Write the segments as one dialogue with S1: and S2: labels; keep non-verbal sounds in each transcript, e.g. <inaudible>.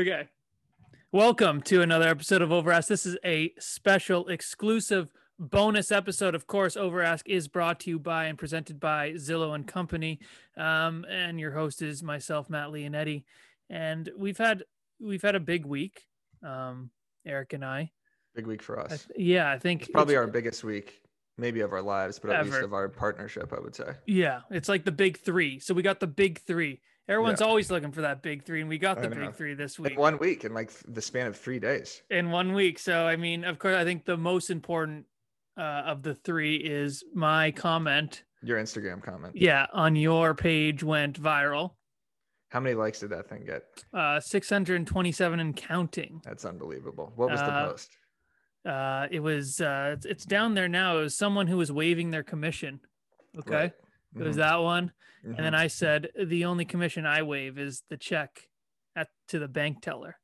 S1: Okay. Welcome to another episode of Overask. This is a special, exclusive, bonus episode. Of course, Overask is brought to you by and presented by Zillow and Company. Um, and your host is myself, Matt Leonetti. And we've had we've had a big week, um, Eric and I.
S2: Big week for
S1: I
S2: us.
S1: th- yeah, I think
S2: It's probably
S1: it's-
S2: our biggest week, maybe of our lives, but at least
S1: Ever.
S2: of our partnership, I would say.
S1: Yeah, it's like the big three. So we got the big three. Everyone's
S2: Yeah.
S1: always looking for that big three, and we got
S2: I
S1: the
S2: know.
S1: big three this
S2: In
S1: week.
S2: one week, in like the span of three days.
S1: in one week. So I mean, of course, I think the most important uh, of the three is my comment.
S2: Your Instagram comment.
S1: Yeah, on your page went viral.
S2: How many likes did that thing get?
S1: Uh, 627 and counting.
S2: That's unbelievable. What was the
S1: Uh,
S2: post?
S1: Uh, it was uh, it's, it's down there now. It was someone who was waiving their commission. Okay,
S2: Right.
S1: it was
S2: Mhm,
S1: that one, and
S2: mhm.
S1: then I said the only commission I waive is the check at to the bank teller.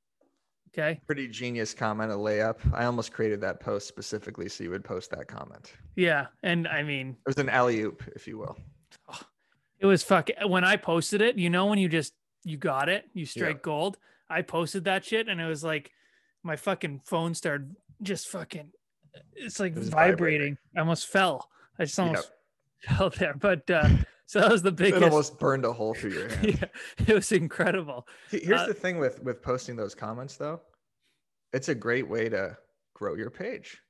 S1: Okay,
S2: pretty genius comment, a layup. I almost created that post specifically so you would post that comment.
S1: yeah, and I mean
S2: It was an alley oop, if you will.
S1: It was fuck when I posted it, you know, when you just you got it, you strike gold. I posted that shit and it was like my fucking phone started just fucking it's like
S2: It was
S1: vibrating.
S2: vibrating.
S1: I almost fell. I just
S2: Yep.
S1: almost fell there. But uh so that was the
S2: <laughs> It
S1: biggest
S2: almost burned a hole through your hand.
S1: <laughs> yeah, it was incredible.
S2: See, Here's
S1: Uh,
S2: the thing with with posting those comments though. It's a great way to grow your page.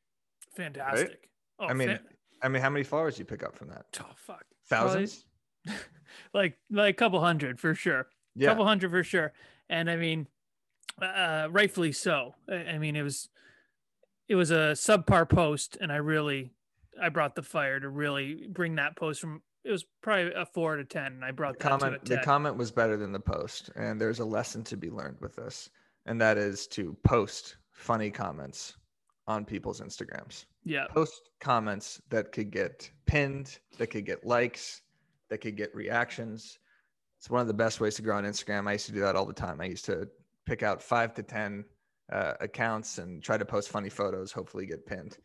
S1: Fantastic. Oh,
S2: I mean,
S1: fan-
S2: I mean, how many followers do you pick up from that?
S1: oh fuck. Probably
S2: Thousands?
S1: Like like a couple hundred for sure.
S2: Yeah.
S1: couple hundred for sure. And I mean, uh, rightfully so. I I mean, it was it was a subpar post, and I really I brought the fire to really bring that post from. It was probably a four out of ten, and I brought
S2: The
S1: that
S2: comment
S1: to a
S2: the
S1: ten.
S2: comment was better than the post and there's a lesson to be learned with this and that is to post funny comments on people's instagrams
S1: yeah,
S2: post comments that could get pinned that could get likes that could get reactions it's one of the best ways to grow on instagram i used to do that all the time i used to pick out five to ten uh, accounts and try to post funny photos hopefully get pinned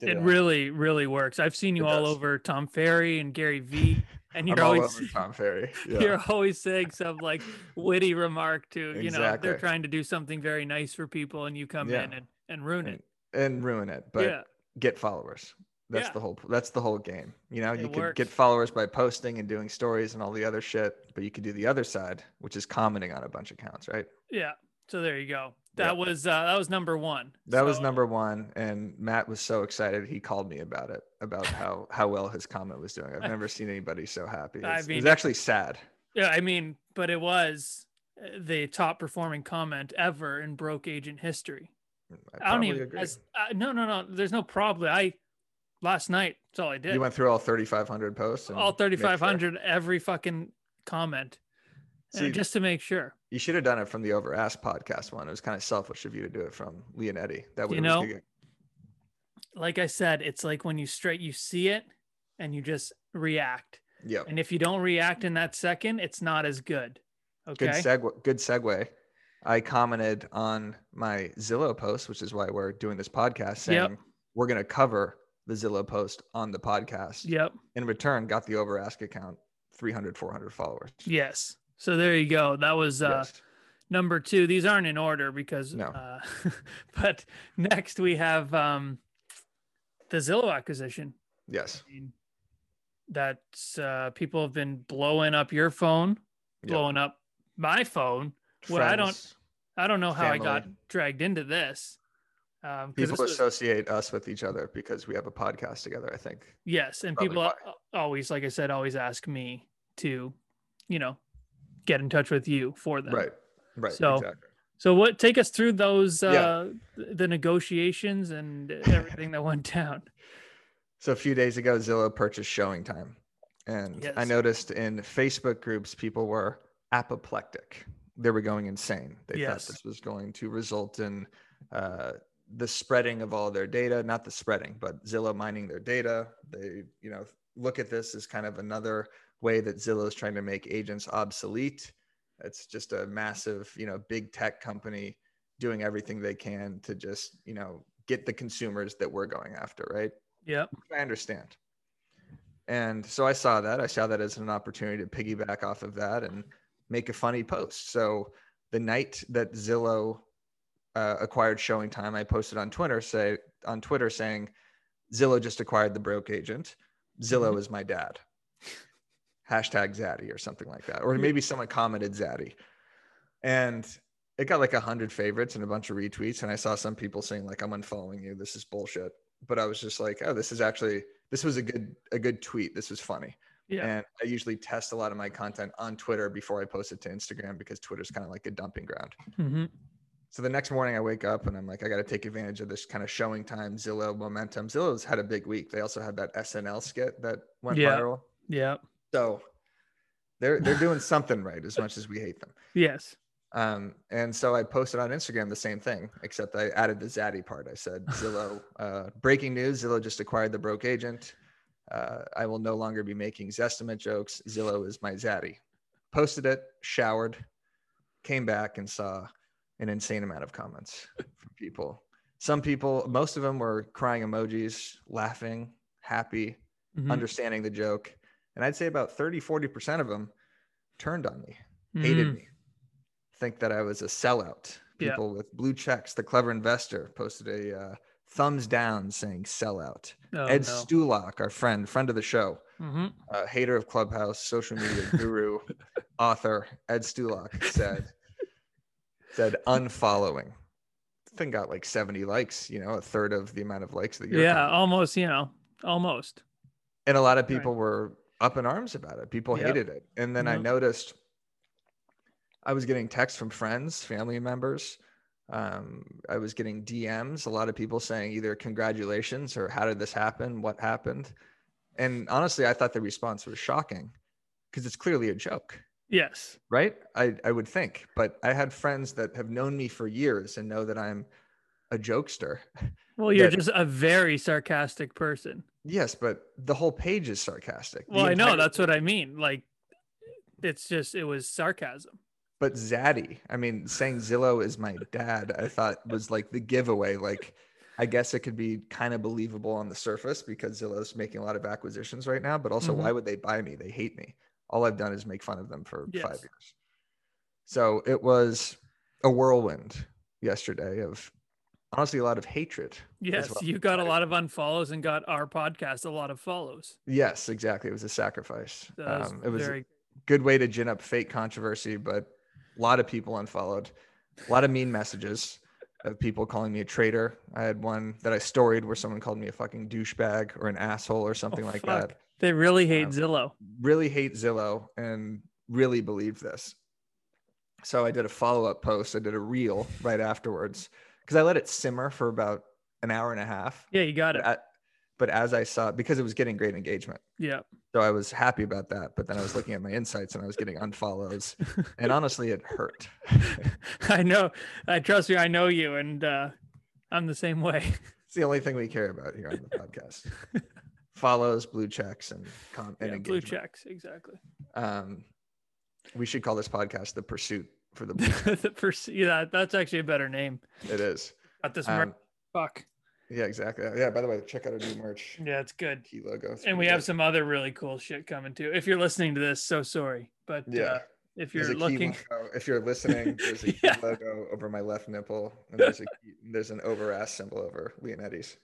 S2: Did
S1: it
S2: on-
S1: really really works. I've seen you
S2: It
S1: all
S2: does.
S1: over Tom Ferry and Gary
S2: <laughs>
S1: V, and
S2: i'm
S1: you're
S2: all
S1: always
S2: over tom ferry
S1: <laughs> you're always saying some like witty remark to you know they're
S2: Exactly.
S1: trying to do something very nice for people, and you come
S2: Yeah.
S1: in and and ruin it.
S2: and ruin it but
S1: yeah,
S2: get followers. That's
S1: Yeah.
S2: the whole that's the whole game. You know,
S1: It
S2: you could
S1: works.
S2: get followers by posting and doing stories and all the other shit, but you could do the other side, which is commenting on a bunch of accounts, right?
S1: Yeah. So there you go.
S2: Yeah.
S1: That was uh, that was number one.
S2: That was
S1: So,
S2: number one. And Matt was so excited he called me about it, about how how well his comment was doing. I've never seen anybody so happy.
S1: I
S2: It's,
S1: mean-
S2: it's actually sad.
S1: Yeah, I mean, but it was uh, the top performing comment ever in broke agent history. I, don't
S2: probably
S1: even.
S2: agree.
S1: As, uh, no, no, no. There's no problem. I last night. That's all I did.
S2: you went through all 3,500 posts. and
S1: all
S2: made sure.
S1: 3,500 every fucking comment, uh,
S2: See,
S1: just to make sure.
S2: you should have done it from the Over Ask podcast one. It was kind of selfish of you to do it from Leonetti. That way,
S1: You
S2: we
S1: know,
S2: could get-
S1: Like I said, it's like when you straight you see it and you just react.
S2: yep.
S1: And if you don't react in that second, it's not as good. Okay.
S2: Good segue. Good segue. I commented on my Zillow post, which is why we're doing this podcast, saying
S1: Yep.
S2: we're going to cover the Zillow post on the podcast.
S1: Yep.
S2: In return, got the Over Ask account 300, 400 followers.
S1: Yes. So there you go. That was uh,
S2: Yes.
S1: number two. These aren't in order because,
S2: No.
S1: uh, <laughs> but next we have um, the Zillow acquisition.
S2: Yes.
S1: I mean, that's uh, people have been blowing up your phone,
S2: Yep.
S1: blowing up my phone. What I don't-
S2: Friends,
S1: I don't know how I got
S2: Family.
S1: dragged into this. Um, 'cause this
S2: people
S1: was-
S2: associate us with each other because we have a podcast together. I think.
S1: yes, and
S2: probably
S1: people al- always, like I said, always ask me to, you know, get in touch with you for them.
S2: Right. Right.
S1: So,
S2: exactly.
S1: So what take us through those
S2: Yeah.
S1: uh th- the negotiations and everything that went down.
S2: So a few days ago, Zillow purchased Showing Time, and I
S1: Yes.
S2: noticed in Facebook groups people were apoplectic. They were going insane. They
S1: Yes.
S2: thought this was going to result in uh, the spreading of all their data. Not the spreading, but Zillow mining their data. They, you know, look at this as kind of another way that Zillow is trying to make agents obsolete. It's just a massive, you know, big tech company doing everything they can to just, you know, get the consumers that we're going after, right?
S1: Yep.
S2: I understand. And so I saw that. I saw that as an opportunity to piggyback off of that and make a funny post. So the night that Zillow uh, acquired showing time, I posted on Twitter say on Twitter saying Zillow just acquired the broke agent. Zillow is my dad. Hashtag Zaddy or something like that. Or maybe someone commented Zaddy. And it got like a hundred favorites and a bunch of retweets. And I saw some people saying, like, I'm unfollowing you. This is bullshit. But I was just like, oh, this is actually this was a good a good tweet. This was funny.
S1: Yeah.
S2: And I usually test a lot of my content on Twitter before I post it to Instagram because Twitter's kind of like a dumping ground.
S1: Mm-hmm.
S2: So the next morning I wake up and I'm like, I got to take advantage of this kind of showing time, Zillow momentum. Zillow's had a big week. They also had that SNL skit that went
S1: Yeah.
S2: viral.
S1: Yeah.
S2: So they're they're doing something right as much as we hate them.
S1: Yes.
S2: Um, and so I posted on Instagram the same thing, except I added the Zaddy part. I said, Zillow, uh, breaking news, Zillow just acquired the broke agent. Uh, I will no longer be making Zestimate jokes. Zillow is my Zaddy. Posted it, showered, came back and saw an insane amount of comments from people. Some people, most of them were crying emojis, laughing, happy,
S1: Mhm.
S2: understanding the joke. And I'd say about 30, 40% of them turned on me hated
S1: Mm.
S2: me. Think that I was a sellout.
S1: Yeah.
S2: People with blue checks, the clever investor, posted a uh, thumbs down saying sellout.
S1: Oh,
S2: Ed
S1: no.
S2: Stulak, our friend, friend of the show,
S1: Mhm.
S2: uh, hater of Clubhouse, social media
S1: <laughs>
S2: guru, author, Ed Stulak said, said unfollowing. Thing got like 70 likes, you know, a third of the amount of likes that you're
S1: Yeah. Almost. You know. Almost.
S2: and a lot of
S1: Right.
S2: people were up in arms about it people
S1: Yep.
S2: hated it and then i
S1: Yep.
S2: noticed i was getting texts from friends family members um, i was getting dms a lot of people saying either congratulations or how did this happen what happened and honestly i thought the response was shocking because it's clearly a joke
S1: Yes.
S2: right I, I would think but i had friends that have known me for years and know that i'm a jokester <laughs>
S1: Well, you're
S2: That-
S1: just a very sarcastic person.
S2: yes but the whole page is sarcastic The
S1: Well, I know
S2: entire-
S1: that's what I mean. Like, it's just it was sarcasm.
S2: but zaddy i mean saying zillow is my dad i thought was like the giveaway like i guess it could be kind of believable on the surface because zillow's making a lot of acquisitions right now but also
S1: Mhm.
S2: why would they buy me they hate me all i've done is make fun of them for
S1: Yes.
S2: five years so it was a whirlwind yesterday of honestly a lot of hatred
S1: Yes,
S2: well.
S1: you got a lot of unfollows and got our podcast a lot of follows.
S2: yes exactly it was a sacrifice
S1: So that was
S2: um, it was
S1: very
S2: good way to gin up fake controversy, but a lot of people unfollowed, a lot of mean messages of people calling me a traitor. I had one that I storied where someone called me a fucking douchebag or an asshole or something like
S1: Oh, fuck.
S2: that.
S1: they really hate
S2: um,
S1: Zillow.
S2: Really hate Zillow and really believe this. So I did a follow up post. I did a reel right afterwards because I let it simmer for about an hour and a half.
S1: Yeah, you got
S2: But,
S1: it.
S2: a- but as I saw, because it was getting great engagement.
S1: Yeah.
S2: So I was happy about that. But then I was looking at my insights and I was getting unfollows.
S1: <laughs>
S2: And honestly, it hurt.
S1: I know. I trust you. I know you and uh I'm the same way.
S2: It's the only thing we care about here on the podcast
S1: <laughs>
S2: follows, blue checks, and, com- and
S1: Yeah,
S2: engagement.
S1: blue checks, exactly. <laughs>
S2: Um, we should call this podcast The Pursuit for
S1: <laughs>
S2: the Blue.
S1: the pers- yeah, that's actually a better name.
S2: it is.
S1: Got this merch.
S2: Um,
S1: Fuck.
S2: yeah, exactly. Yeah, by the way, check out our new merch
S1: Yeah, it's good.
S2: key logo.
S1: And
S2: It's pretty
S1: we have
S2: good.
S1: some other really cool shit coming too. If you're listening to this, so sorry, but
S2: Yeah.
S1: uh, if
S2: There's
S1: you're
S2: a key
S1: looking,
S2: logo. If you're listening, there's
S1: <laughs>
S2: a key
S1: Yeah.
S2: logo over my left nipple, and there's a key, there's an over ass symbol over Leonetti's.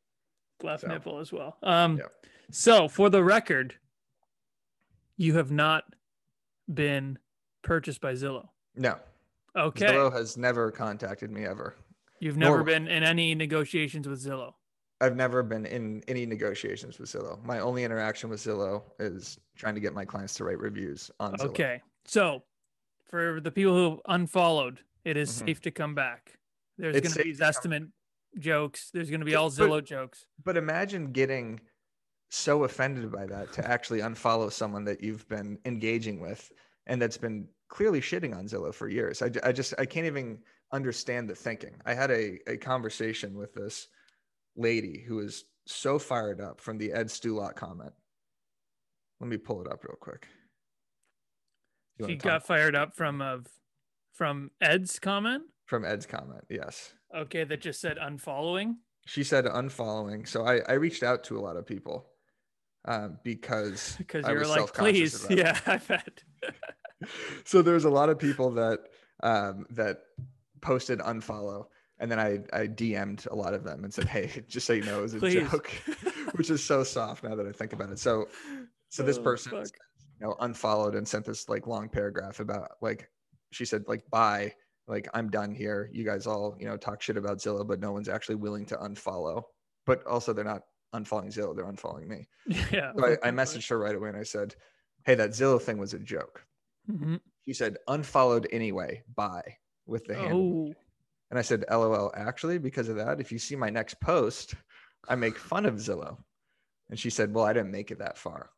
S1: <laughs> left
S2: So.
S1: nipple as well. Um,
S2: Yeah.
S1: so for the record, you have not been purchased by Zillow.
S2: No,
S1: Okay,
S2: Zillow has never contacted me ever.
S1: you've
S2: nor
S1: never
S2: will-
S1: been in any negotiations with Zillow.
S2: I've never been in any negotiations with Zillow. My only interaction with Zillow is trying to get my clients to write reviews on Zillow.
S1: Okay, so for the people who unfollowed, it is
S2: Mhm.
S1: safe to come back. There's
S2: It's
S1: going to
S2: safe
S1: be
S2: to come
S1: Zestimate jokes. There's going to be
S2: Yeah,
S1: all
S2: but-
S1: Zillow jokes.
S2: But imagine getting so offended by that to actually unfollow someone that you've been engaging with and that's been clearly shitting on Zillow for years. I, ju- I just, I can't even understand the thinking. I had a, a conversation with this lady who was so fired up from the Ed Stulot comment. Let me pull it up real quick. You wanna
S1: She
S2: talk
S1: got fired up from of from Ed's comment.
S2: from Ed's comment. Yes.
S1: Okay, that just said unfollowing.
S2: she said unfollowing. So I, I reached out to a lot of people um, because
S1: <laughs> because
S2: I
S1: you were
S2: was
S1: like, <laughs>
S2: <laughs>
S1: please,
S2: self-conscious about it.
S1: yeah, I bet.
S2: So there's a lot of people that um, that posted unfollow. And then I, I DM'd a lot of them and said, hey, <laughs> just so you know, it was a
S1: Please.
S2: joke, <laughs> which is so soft now that I think about it. So, so this
S1: Oh,
S2: person,
S1: fuck.
S2: you know, unfollowed and sent this like long paragraph about like, she said like, bye, like I'm done here. You guys all, you know, talk shit about Zillow, but no one's actually willing to unfollow. But also they're not unfollowing Zillow, they're unfollowing me.
S1: <laughs> Yeah.
S2: So I, I
S1: fucking fuck.
S2: messaged her right away and I said, Hey, that Zillow thing was a joke.
S1: Mhm.
S2: She said, unfollowed anyway, bye with the hand.
S1: Oh,
S2: And I said, LOL, actually, because of that, if you see my next post, I make fun of Zillow. And she said, Well, I didn't make it that far.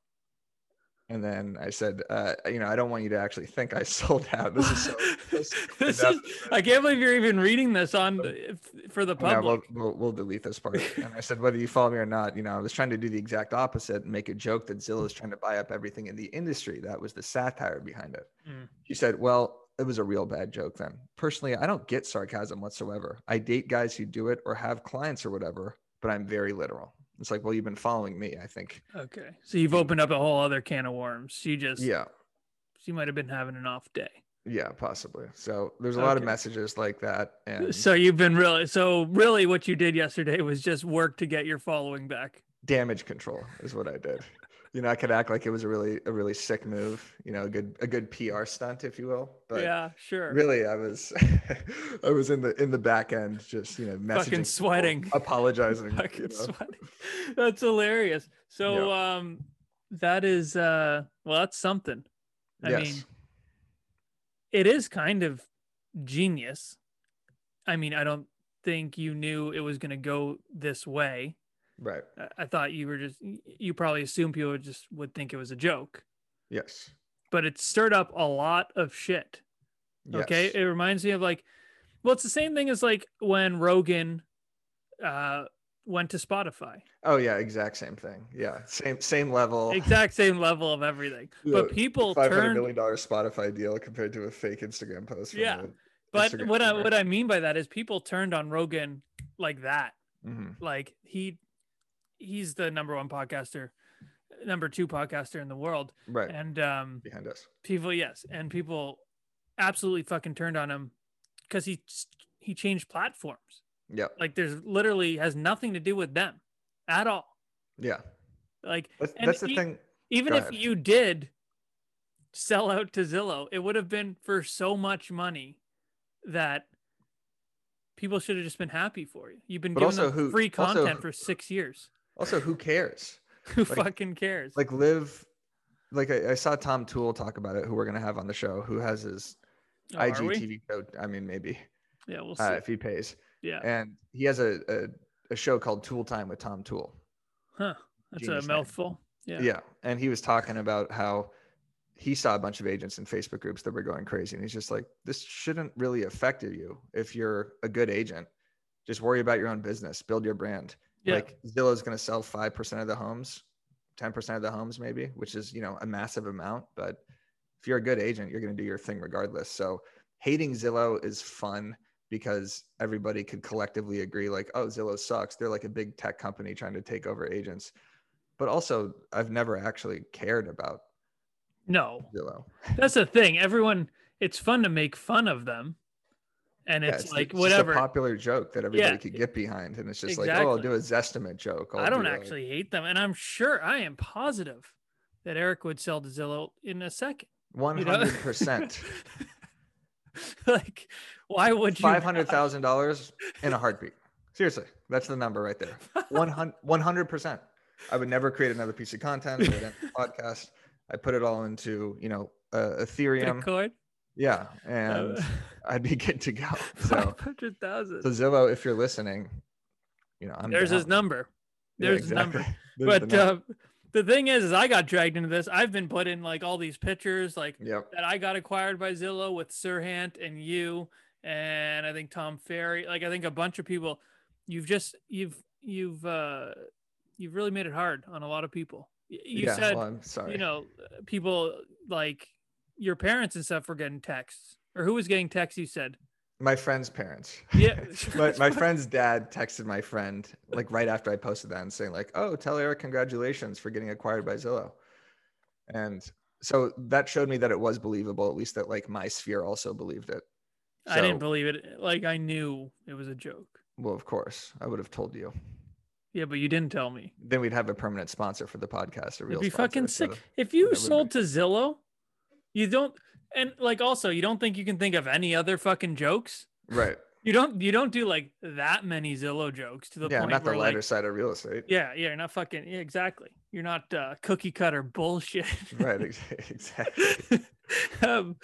S2: And then I said, uh, You know, I don't want you to actually think I <laughs> sold out. This
S1: <laughs>
S2: is so. this-
S1: This is- I can't believe you're even reading this on the- if- for the
S2: I know,
S1: public.
S2: we'll, we'll, we'll delete this part. And I said, whether you follow me or not, you know, I was trying to do the exact opposite and make a joke that Zillow is trying to buy up everything in the industry. That was the satire behind it.
S1: Mm.
S2: She said, well, it was a real bad joke then. Personally, I don't get sarcasm whatsoever. I date guys who do it or have clients or whatever, but I'm very literal. It's like, well, you've been following me, I think.
S1: Okay, so you've opened up a whole other can of worms. She just,
S2: Yeah.
S1: she might have been having an off day.
S2: Yeah, possibly. So there's a lot of
S1: Okay.
S2: messages like that. And
S1: So you've been really, so really, what you did yesterday was just work to get your following back.
S2: damage control is what I did. You know, I could act like it was a really a really sick move, you know, a good a good PR stunt, if you will. But
S1: yeah, sure. <laughs>
S2: really I was <laughs> I was in the in the back end just, you know, messaging people,
S1: sweating. <laughs>
S2: apologizing. Uh, you
S1: Fucking
S2: know.
S1: sweating. That's hilarious. So, um, that is, uh, well, that's something. I
S2: yes.
S1: mean, it is kind of genius. I mean, I don't think you knew it was going to go this way.
S2: right.
S1: I- I thought you were just, you probably assumed people would just would think it was a joke,
S2: Yes.
S1: but it stirred up a lot of shit. Okay.
S2: yes.
S1: It reminds me of like, well, it's the same thing as like when Rogan uh, went to Spotify,
S2: Oh yeah, exact same thing. Yeah. Same same level. <laughs>
S1: exact same level of everything. But people
S2: five hundred
S1: turned.
S2: million dollar Spotify deal compared to a fake Instagram post. from
S1: Yeah.
S2: the-
S1: But
S2: Instagram
S1: what I,
S2: streamer.
S1: what I mean by that is people turned on Rogan like that.
S2: Mhm.
S1: Like he, he's the number one podcaster, number two podcaster in the world,
S2: Right.
S1: and um,
S2: Behind us.
S1: people yes, and people absolutely fucking turned on him because he he changed platforms.
S2: Yep.
S1: like there's literally has nothing to do with them at all
S2: Yeah.
S1: like
S2: That's,
S1: And
S2: that's the
S1: he-
S2: thing.
S1: even
S2: Go
S1: if
S2: ahead.
S1: you did sell out to zillow it would have been for so much money that people should have just been happy for you you've been
S2: But
S1: giving
S2: also
S1: them
S2: who-
S1: free
S2: also
S1: content
S2: who-
S1: for six years <laughs>
S2: Also, who cares?
S1: who
S2: Like-
S1: fucking cares
S2: like live like I, I saw tom tool talk about it who we're going to have on the show who has his
S1: Oh, are we?
S2: igtv show i mean maybe
S1: yeah we'll see
S2: uh, if he pays
S1: yeah
S2: and he has a, a, a show called tool time with tom tool
S1: huh that's
S2: genius
S1: a
S2: name.
S1: mouthful
S2: yeah.
S1: yeah
S2: and he was talking about how he saw a bunch of agents in facebook groups that were going crazy and he's just like this shouldn't really affect you if you're a good agent just worry about your own business build your brand
S1: yeah,
S2: like zillow's going to sell 5% of the homes 10% of the homes maybe which is you know a massive amount but if you're a good agent you're going to do your thing regardless so hating zillow is fun because everybody could collectively agree like oh zillow sucks they're like a big tech company trying to take over agents but also i've never actually cared about
S1: no
S2: zillow
S1: that's the thing everyone it's fun to make fun of them and
S2: Yeah,
S1: it's like
S2: just a
S1: whatever
S2: popular joke that everybody
S1: Yeah,
S2: could
S1: e-
S2: get behind and it's just like oh i'll
S1: exactly.
S2: do a zestimate joke I'll
S1: I don't
S2: do a-
S1: actually hate them. And I'm sure I am positive that Eric would sell to Zillow in a second. <laughs> you know? <laughs>
S2: 100%
S1: like, why would you?
S2: five hundred thousand dollars in a heartbeat. Seriously, that's the number right there. One hundred percent. I would never create another piece of content. I
S1: <laughs>
S2: would end the podcast. I put it all into you know uh, Ethereum.
S1: Bitcoin? <laughs>
S2: Yeah, and I'd be good to go. So,
S1: 500,000.
S2: so Zillow, if you're listening, you know I'm.
S1: There's
S2: down.
S1: his number.
S2: Yeah,
S1: There's his number.
S2: exactly. <laughs> There's the
S1: But
S2: number.
S1: uh, the thing is, is I got dragged into this. I've been put in like all these pictures, like
S2: yep,
S1: that I got acquired by Zillow with Sirhant and you and I think Tom Ferry. Like I think a bunch of people you've just you've you've uh you've really made it hard on a lot of people. Y- You
S2: yeah,
S1: said
S2: well, I'm sorry.
S1: you know uh, people like your parents and stuff were getting texts. Or who was getting texts you
S2: <laughs>
S1: said?
S2: my friend's parents.
S1: Yeah.
S2: my, my friend's dad texted my friend like right after I posted that and saying like, "Oh, tell Eric congratulations for getting acquired by Zillow," and so that showed me that it was believable, at least that like my sphere also believed it.
S1: <laughs> I didn't
S2: So-
S1: believe it. Like I knew it was a joke.
S2: Well, of course, I would have told you.
S1: Yeah, but you didn't tell me.
S2: Then we'd have a permanent sponsor for the podcast. A real
S1: It'd be
S2: sponsor,
S1: fucking
S2: so
S1: sick. If you
S2: that would
S1: sold to Zillow, you don't and like also you don't think you can think of any other fucking jokes?
S2: Right.
S1: You don't you don't do like that many Zillow jokes to the
S2: yeah,
S1: point
S2: not the
S1: where
S2: lighter
S1: like
S2: side of real estate.
S1: yeah, yeah, you're not fucking yeah, exactly. You're not uh, cookie cutter bullshit.
S2: Right. ex- <laughs> Exactly.
S1: <laughs> um,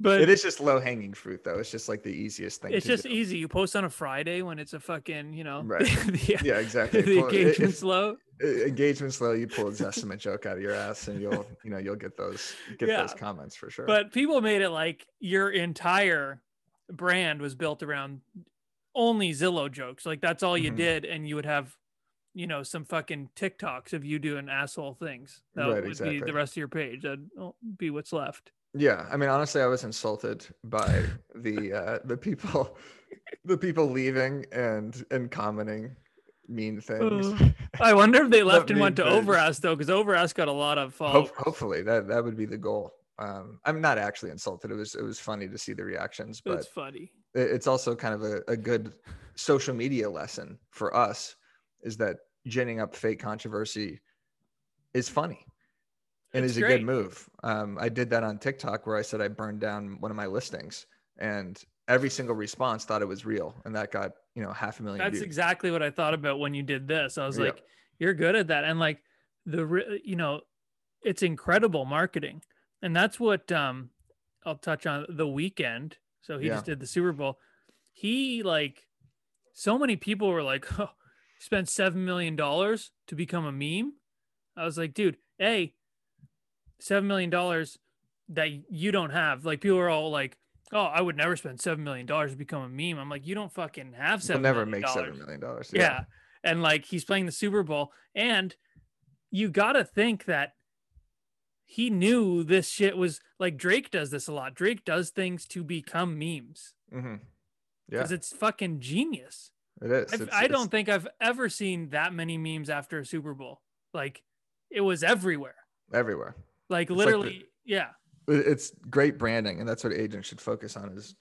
S1: but
S2: it is just low hanging fruit, though. It's just like the easiest thing.
S1: it's
S2: to
S1: just
S2: do.
S1: easy. You post on a Friday when it's a fucking, you know, <laughs>
S2: Right.
S1: the,
S2: Yeah, exactly.
S1: <laughs> the
S2: Pull- i- if- <laughs>
S1: engagement's low.
S2: uh, engagement's low. You pull a Zestimate joke out of your ass, and you'll you know you'll get those get
S1: Yeah.
S2: those comments for sure.
S1: But people made it like your entire brand was built around only Zillow jokes. Like that's all you
S2: Mhm.
S1: did, and you would have, you know, some fucking TikToks of you doing asshole things. That
S2: Right,
S1: would be
S2: exactly.
S1: the rest of your page. That'd be what's left.
S2: yeah, I mean, honestly, I was insulted by the uh, the people the people leaving and and commenting mean things.
S1: I wonder
S2: <laughs>
S1: if they left and
S2: mean
S1: went to
S2: page.
S1: Overass though, because Overass got a lot of follow.
S2: Hope, hopefully, that that would be the goal. Um, I'm not actually insulted. It was it was funny to see the reactions, but
S1: It's funny.
S2: it- it's also kind of a, a good social media lesson for us is that ginning up fake controversy is funny and
S1: It's
S2: is a
S1: great.
S2: good move. Um, I did that on TikTok where I said I burned down one of my listings and every single response thought it was real. And that got, you know, half a million
S1: That's
S2: views.
S1: exactly what I thought about when you did this. I was
S2: Yeah.
S1: like, you're good at that. And like the, re- you know, it's incredible marketing. And that's what um, I'll touch on the weekend. So he
S2: Yeah.
S1: just did the Super Bowl. He like, so many people were like, <laughs> oh, spent $7 million to become a meme. I was like, dude, A, $7 million that you don't have. Like people are all like, oh, I would never spend $7 million to become a meme. I'm like, you don't fucking have
S2: You'll
S1: seven
S2: never
S1: million
S2: make
S1: dollars."
S2: $7 million.
S1: Yeah. And like he's playing the Super Bowl. And you got to think that he knew this shit was like Drake does this a lot. Drake does things to become memes
S2: hmm Yeah.
S1: because it's fucking genius.
S2: It is.
S1: I've-
S2: It's-
S1: I
S2: it's-
S1: don't think I've ever seen that many memes after a Super Bowl. Like it was everywhere.
S2: everywhere.
S1: Like
S2: like the-
S1: literally, yeah.
S2: It- It's great branding. And that's what agents should focus on is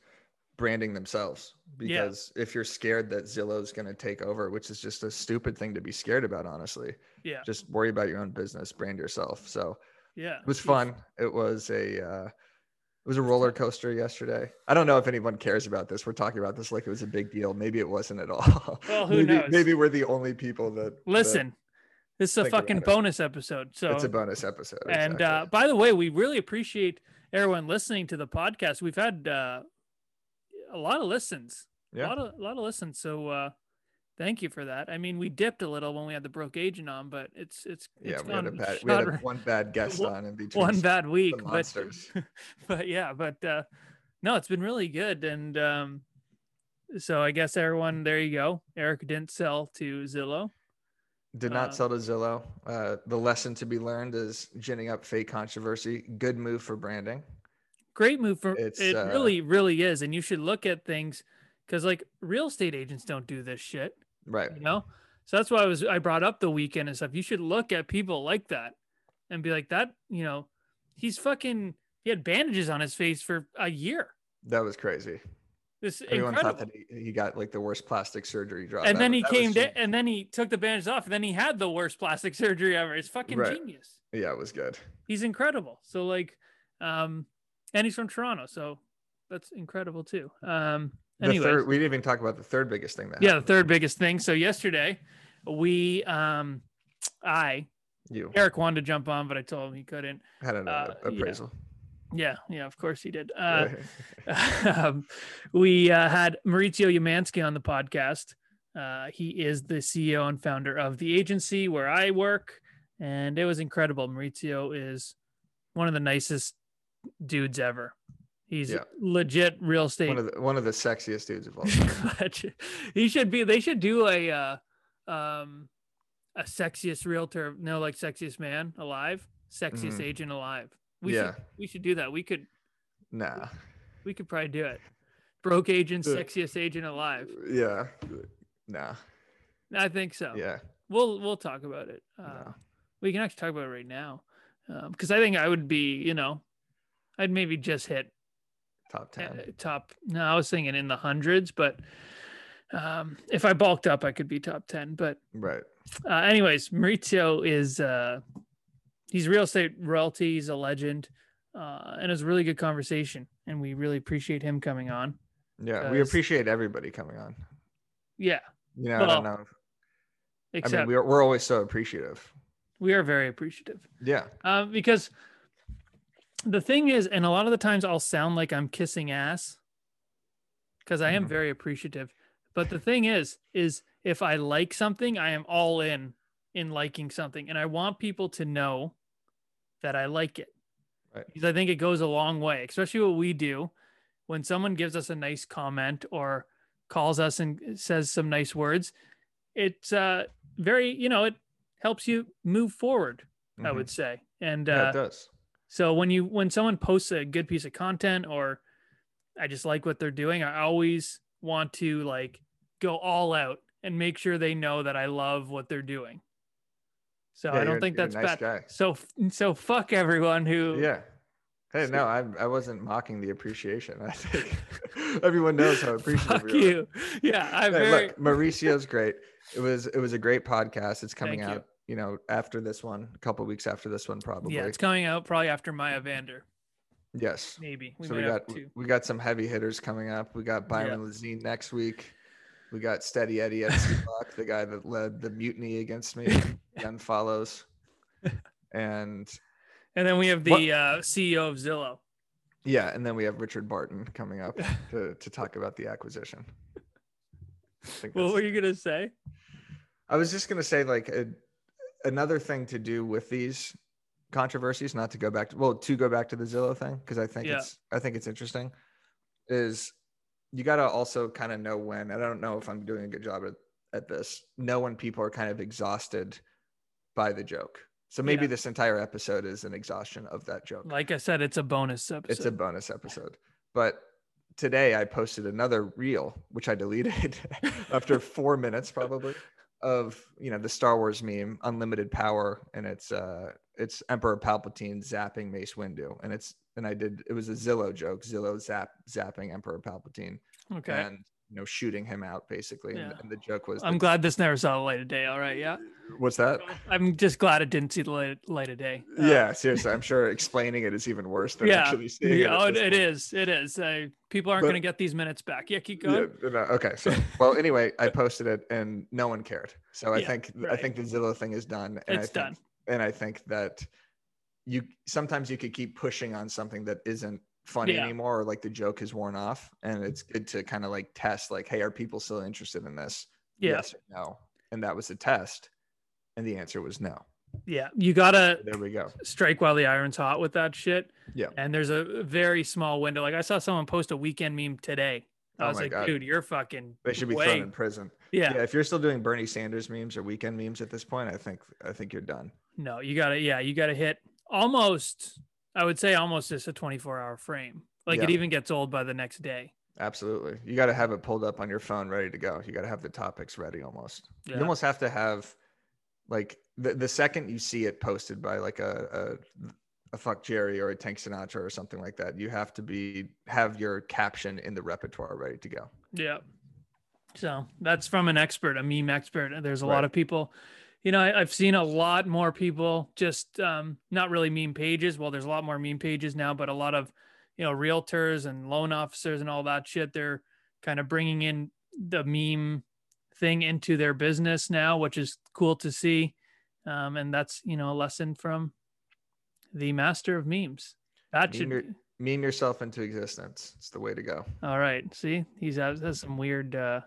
S2: branding themselves
S1: Yeah.
S2: because if you're scared that Zillow's going to take over, which is just a stupid thing to be scared about, honestly,
S1: Yeah.
S2: just worry about your own business, brand yourself. So
S1: Yeah.
S2: it was fun. It was a, uh, it was a roller coaster yesterday. I don't know if anyone cares about this. We're talking about this like it was a big deal. Maybe it wasn't at all.
S1: Well, who
S2: <laughs> maybe,
S1: knows?
S2: Maybe we're the only people that that-
S1: Listen, this is a
S2: Think about
S1: fucking
S2: it.
S1: bonus episode. So
S2: it's a bonus episode.
S1: And
S2: exactly.
S1: uh, by the way, we really appreciate everyone listening to the podcast. We've had uh, a lot of listens, a
S2: yeah,
S1: lot of a lot of listens. So uh, thank you for that. I mean, we dipped a little when we had the Brooke Agent on, but it's it's
S2: yeah,
S1: it's
S2: we had a
S1: gone
S2: bad, we had a,
S1: shot-
S2: one bad
S1: <laughs>
S2: guest
S1: One-
S2: on in between. <laughs>
S1: one bad week,
S2: the
S1: but
S2: monsters.
S1: <laughs> but yeah, but uh, no, it's been really good. And um, so I guess everyone, there you go. Eric didn't sell to Zillow.
S2: Did
S1: Uh,
S2: not sell to Zillow. Uh, the lesson to be learned is ginning up fake controversy. Good move for branding.
S1: great move for
S2: It's,
S1: it
S2: uh,
S1: really really is and you should look at things because like real estate agents don't do this shit
S2: Right.
S1: you know so that's why i was i brought up the weekend and stuff you should look at people like that and be like that you know he's fucking he had bandages on his face for a year
S2: That was crazy.
S1: this is
S2: Everyone
S1: incredible
S2: thought that he, he got like the worst plastic surgery job.
S1: and
S2: That
S1: then
S2: was-
S1: he
S2: that was
S1: came
S2: gen-
S1: da- and then he took the bandages off and then he had the worst plastic <laughs> surgery ever it's fucking
S2: Right.
S1: genius
S2: Yeah, it was good.
S1: he's incredible. So like, um, and he's from Toronto, so that's incredible too. Um,
S2: the
S1: anyway,
S2: third, we didn't even talk about the third biggest thing that
S1: yeah, the
S2: happened.
S1: third biggest thing. So yesterday, we, um, I
S2: You
S1: Eric wanted to jump on, but I told him he couldn't.
S2: had an
S1: uh,
S2: uh,
S1: yeah.
S2: appraisal.
S1: Yeah, yeah, of course he did. Uh, um, we uh, had Maurizio Yamansky on the podcast. Uh, he is the CEO and founder of the agency where I work, and it was incredible. Maurizio is one of the nicest dudes ever. He's
S2: Yeah.
S1: legit real estate.
S2: one
S1: <laughs>
S2: of the one of the sexiest dudes of all time.
S1: he should be. They should do a uh, um, a sexiest realtor. No, like sexiest man alive, sexiest
S2: Mhm.
S1: agent alive. We
S2: yeah.
S1: should we should do that. We could
S2: Nah.
S1: we could probably do it. Broke agent,
S2: Uh,
S1: sexiest agent alive.
S2: Yeah. Nah.
S1: I think so.
S2: Yeah.
S1: We'll we'll talk about it. Oh, Uh,
S2: No.
S1: We can actually talk about it um, right now, because I think I would be, you know, I'd maybe just hit uh,
S2: top 10
S1: top no i was thinking in the hundreds but um if i bulked up i could be top 10 but
S2: right
S1: uh, anyways maurizio is uh he's real estate royalty he's a legend uh and it was a really good conversation and we really appreciate him coming on
S2: yeah we
S1: Because-
S2: appreciate everybody coming on
S1: yeah
S2: you know i
S1: Well,
S2: don't know
S1: except
S2: i mean we're, we're always so appreciative
S1: we are very appreciative
S2: yeah
S1: um, because the thing is, and a lot of the times I'll sound like I'm kissing ass because I am
S2: Mhm.
S1: very appreciative. But the thing is, is if I like something, I am all in in liking something, and I want people to know that I like it
S2: Right.
S1: because I think it goes a long way, especially what we do when someone gives us a nice comment or calls us and says some nice words. It's uh, very, you know, it helps you move forward i
S2: Mhm.
S1: would say and
S2: yeah it
S1: uh,
S2: does
S1: so when you when someone posts a good piece of content or i just like what they're doing i always want to like go all out and make sure they know that i love what they're doing so
S2: Yeah,
S1: i
S2: you're-
S1: don't think
S2: you're a
S1: that's
S2: nice
S1: bad
S2: guy.
S1: so f- so fuck everyone who
S2: Yeah. Hey, no, I, I wasn't mocking the appreciation.
S1: <laughs>
S2: I think <laughs> everyone knows how appreciative
S1: fuck
S2: we are.
S1: you yeah i
S2: Hey,
S1: very
S2: Look, Mauricio's great. It was it was a great podcast. It's coming
S1: Thank you.
S2: out, you. know, after this one, a couple weeks after this one, probably.
S1: yeah it's coming out probably after maya vander
S2: yes.
S1: maybe we
S2: so
S1: might
S2: we
S1: have
S2: got
S1: two
S2: we got some heavy hitters coming up. We got Byron Lazine next week. We got Steady Eddie at Seabuck, the guy that led the mutiny against
S1: <laughs>
S2: me, gun follows. And
S1: and then we have the
S2: What-
S1: uh, ceo of zillow
S2: yeah, and then we have Richard Barton coming up to,
S1: <laughs>
S2: to talk about the acquisition. I think
S1: what
S2: that's-
S1: were you gonna say
S2: I was just gonna say like a, another thing to do with these controversies, not to go back to well, to go back to the Zillow thing because I think
S1: Yeah.
S2: it's I think it's interesting. Is you gotta also kind of know when. and I don't know if I'm doing a good job at, at this. Know when people are kind of exhausted by the joke. So maybe
S1: Yeah.
S2: this entire episode is an exhaustion of that joke
S1: like i said it's a bonus episode
S2: it's a bonus episode. But today I posted another reel, which I deleted <laughs> after four minutes probably, of you know the Star Wars meme, unlimited power, and it's uh it's Emperor Palpatine zapping Mace Windu, and it's and I did it was a Zillow joke, Zillow zap zapping Emperor Palpatine,
S1: okay
S2: and you know shooting him out basically, and,
S1: Yeah.
S2: and the joke was
S1: I'm
S2: that-
S1: glad this never saw the light of day. All right, yeah. <laughs>
S2: what's that?
S1: I'm just glad it didn't see the light, light of day. Uh,
S2: yeah, seriously, I'm sure explaining it is even worse than
S1: Yeah.
S2: actually seeing
S1: yeah, oh,
S2: it.
S1: it,
S2: at this
S1: it is. It
S2: point.
S1: is. Uh, people aren't
S2: But-
S1: going to get these minutes back. Yeah, keep
S2: Yeah,
S1: going.
S2: no, okay. So, well, anyway, I posted it and no one cared. So I
S1: Yeah,
S2: think I
S1: right.
S2: think the Zillow thing is done. And I
S1: it's
S2: think,
S1: done.
S2: And I think that you sometimes you could keep pushing on something that isn't funny
S1: Yeah.
S2: anymore, or like the joke has worn off. And it's good to kind of like test, like, hey, are people still interested in this?
S1: Yeah,
S2: Yes or no. And that was the test, and the answer was no.
S1: yeah. You gotta
S2: There we go.
S1: strike while the iron's hot with that shit.
S2: Yeah.
S1: And there's a very small window. Like I saw someone post a weekend meme today. I
S2: Oh
S1: was
S2: my
S1: like,
S2: God.
S1: dude, you're fucking.
S2: They should be
S1: way-
S2: thrown in prison.
S1: Yeah,
S2: Yeah. If you're still doing Bernie Sanders memes or weekend memes at this point, I think I think you're done.
S1: No, you gotta. Yeah, you gotta hit almost. I would say almost just a 24 hour frame. Like it
S2: Yeah.
S1: even gets old by the next day.
S2: Absolutely. You got to have it pulled up on your phone, ready to go. You got to have the topics ready almost.
S1: Yeah.
S2: You almost have to have like the, the second you see it posted by like a, a a fuck Jerry or a Tank Sinatra or something like that, you have to be have your caption in the repertoire ready to go.
S1: Yeah. So that's from an expert, a meme expert. And there's a lot
S2: Right.
S1: of people, you know, I, I've seen a lot more people just um, not really meme pages. Well, there's a lot more meme pages now, but a lot of, you know, realtors and loan officers and all that shit. They're kind of bringing in the meme thing into their business now, which is cool to see. Um, and that's, you know, a lesson from the master of memes. That should
S2: Meme your-
S1: be-
S2: Meme yourself into existence. It's the way to go.
S1: all right. See, he's has, has some weird. Uh,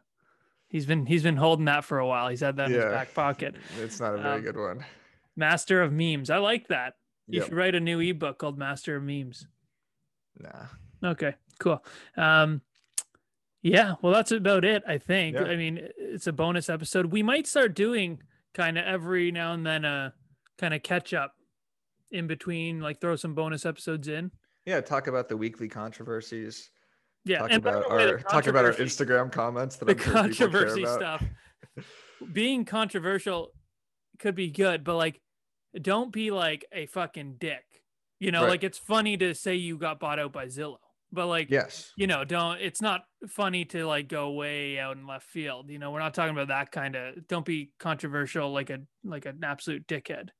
S1: he's been he's been holding that for a while. He's had that in his back pocket.
S2: It's not a very
S1: Um,
S2: good one.
S1: Master of memes. I like that. You
S2: Yep.
S1: should write a new ebook called Master of Memes.
S2: Nah.
S1: Okay, cool. Um, yeah. Well, that's about it. I think.
S2: Yeah.
S1: I mean, i- it's a bonus episode. We might start doing kind of every now and then a kind of catch up in between, like throw some bonus episodes in.
S2: Yeah. Talk about the weekly controversies.
S1: Yeah.
S2: Talk
S1: and by the
S2: about
S1: way, the
S2: our talk about our
S1: controversy-
S2: Instagram comments that
S1: the
S2: I'm sure people care
S1: controversy
S2: about.
S1: stuff.
S2: <laughs>
S1: Being controversial could be good, but like, don't be like a fucking dick. You know,
S2: Right.
S1: like it's funny to say you got bought out by Zillow. but like
S2: Yes.
S1: you know, don't it's not funny to like go way out in left field. You know, we're not talking about that kind of don't be controversial like a like an absolute dickhead.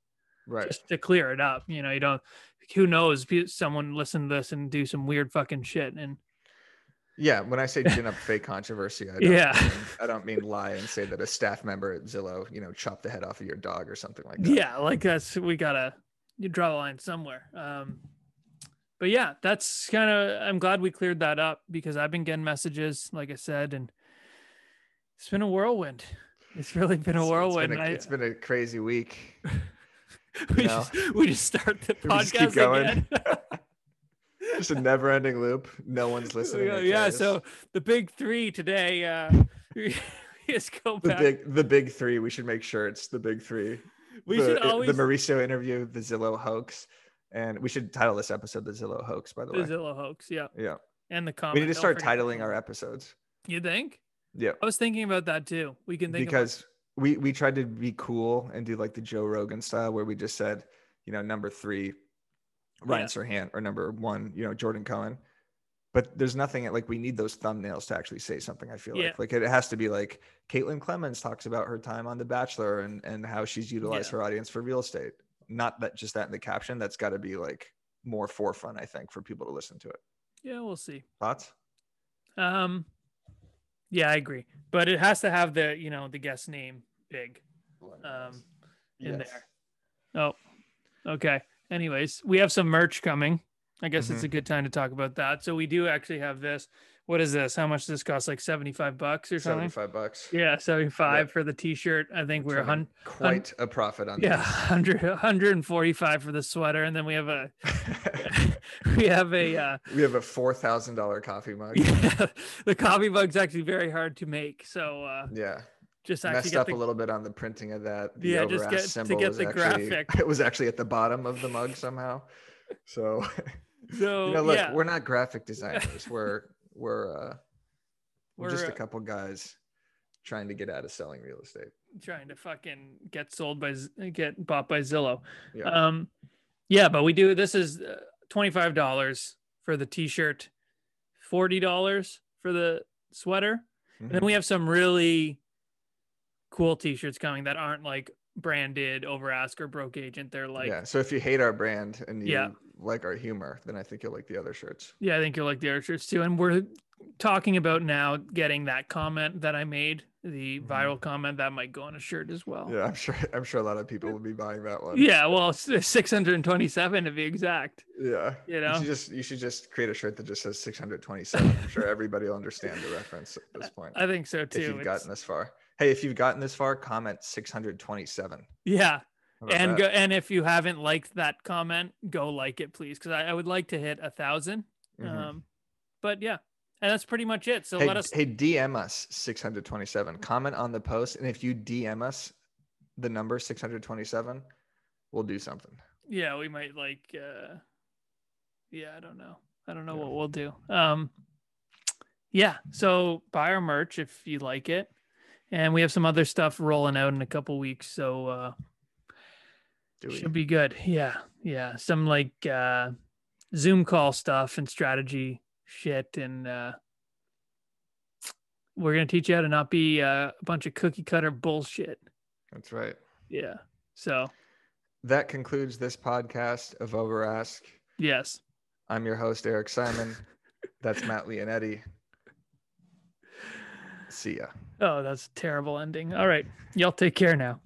S2: Right.
S1: Just to clear it up. You know, you don't who knows pe- someone listen to this and do some weird fucking shit and
S2: Yeah, when I say gin
S1: <laughs>
S2: up fake controversy, I don't,
S1: Yeah.
S2: mean, I don't mean lie and say that a staff member at Zillow, you know, chopped the head off of your dog or something like that.
S1: yeah, like that's we gotta you draw a line somewhere. Um but yeah, that's kind of I'm glad we cleared that up because I've been getting messages, like I said, and it's been a whirlwind. It's really been a
S2: It's-
S1: whirlwind.
S2: It's been a,
S1: I-
S2: it's been a crazy
S1: <laughs>
S2: week.
S1: we,
S2: know?
S1: just, we just start the
S2: <laughs> We just
S1: podcast
S2: keep going.
S1: again. <laughs>
S2: Just a never-ending loop. No one's listening.
S1: yeah,
S2: or
S1: yeah,
S2: cares.
S1: so the big three today, uh, <laughs> we just go
S2: the
S1: back.
S2: big, the big three. We should make sure it's the big three.
S1: we
S2: the,
S1: should
S2: it-
S1: always
S2: the Mauricio interview, the Zillow hoax, and we should title this episode "The Zillow Hoax." By the
S1: the
S2: way,
S1: Zillow hoax, yeah,
S2: yeah,
S1: and the comment.
S2: we need to
S1: don't
S2: start
S1: forget the
S2: titling our
S1: comment.
S2: episodes.
S1: You think?
S2: Yeah,
S1: I was thinking about that too. We can think
S2: because we we tried to be cool and do like the Joe Rogan style where we just said, you know, number three, Ryan
S1: Yeah.
S2: Serhant, or number one, you know, Jordan Cohen. But there's nothing like we need those thumbnails to actually say something. I feel
S1: Yeah.
S2: like like it has to be like Caitlin Clemens talks about her time on The Bachelor and and how she's utilized her audience for real estate. Not that just that in the caption. That's got to be like more for fun, I think, for people to listen to it.
S1: about. Yeah, we'll see.
S2: Thoughts?
S1: Um, yeah, I agree, but it has to have the you know the guest name big. Um, in
S2: Yes.
S1: there. Oh, okay. Anyways, we have some merch coming. I guess
S2: Mm-hmm.
S1: it's a good time to talk about that. So we do actually have this. What is this? How much does this cost? Like seventy-five bucks or something?
S2: seventy-five bucks.
S1: Yeah, seventy-five for the T-shirt. I think we're
S2: Turning
S1: hun-
S2: quite a profit on
S1: yeah, 100, 145 for the sweater, and then we have a <laughs>
S2: <laughs> these.
S1: we have a uh,
S2: We have a four thousand dollar coffee mug.
S1: yeah, <laughs> the coffee mug's actually very hard to make. So uh,
S2: Yeah,
S1: just actually
S2: messed
S1: get
S2: up
S1: the
S2: a little bit on the printing of that. The
S1: Yeah,
S2: over
S1: just
S2: ass
S1: get- to
S2: symbol
S1: get
S2: was
S1: the
S2: actually,
S1: graphic.
S2: <laughs> It was actually at the bottom of the mug somehow. So, <laughs>
S1: so
S2: you know, look,
S1: Oh, yeah,
S2: we're
S1: <laughs>
S2: not graphic designers. We're we're uh, we're just
S1: We're,
S2: a
S1: uh,
S2: couple guys trying to get out of selling real estate.
S1: trying to fucking get sold by Z- get bought by Zillow.
S2: Yeah,
S1: Um, yeah, but we do. This is uh, twenty five dollars for the t shirt, forty dollars for the sweater, and then
S2: Mhm.
S1: we have some really cool t shirts coming that aren't like branded over ask or broke agent. They're like,
S2: yeah.
S1: yeah,
S2: So if you hate our brand and you
S1: Yeah.
S2: like our humor, then I think you'll like the other shirts.
S1: I think you'll like the other shirts too. And we're talking about now getting that comment that I made, the
S2: Mhm.
S1: viral comment that might go on a shirt as well.
S2: Yeah, I'm sure. <laughs> I'm sure a lot of people will be buying that one.
S1: Oh. Yeah, well, six hundred and twenty-seven to be exact.
S2: Yeah.
S1: You know?
S2: should just you should just create a shirt that just says 627. I'm sure everybody will understand the reference at this point.
S1: <laughs> I think so too.
S2: if you've
S1: It's-
S2: gotten this far. Hey, if you've gotten this far, comment 627.
S1: yeah,
S2: How about
S1: and
S2: that?
S1: go and if you haven't liked that comment go like it please because I, I would like to hit a 1000
S2: Mhm.
S1: um but yeah and that's pretty much it so
S2: hey,
S1: let us
S2: hey, DM us 627. Comment on the post. And if you DM us the number 627, we'll do something.
S1: yeah we might like uh yeah i don't know i don't know
S2: Yeah.
S1: what we'll do um yeah so buy our merch if you like it and we have some other stuff rolling out in a couple weeks so uh
S2: Do we?
S1: should be good yeah yeah some like uh zoom call stuff and strategy shit and uh we're gonna teach you how to not be uh, a bunch of cookie cutter bullshit
S2: That's right.
S1: yeah so
S2: That concludes this podcast of Over Ask.
S1: yes
S2: I'm your host, Eric Simon. That's Matt Leonetti. See ya.
S1: oh that's a terrible ending all right y'all take care now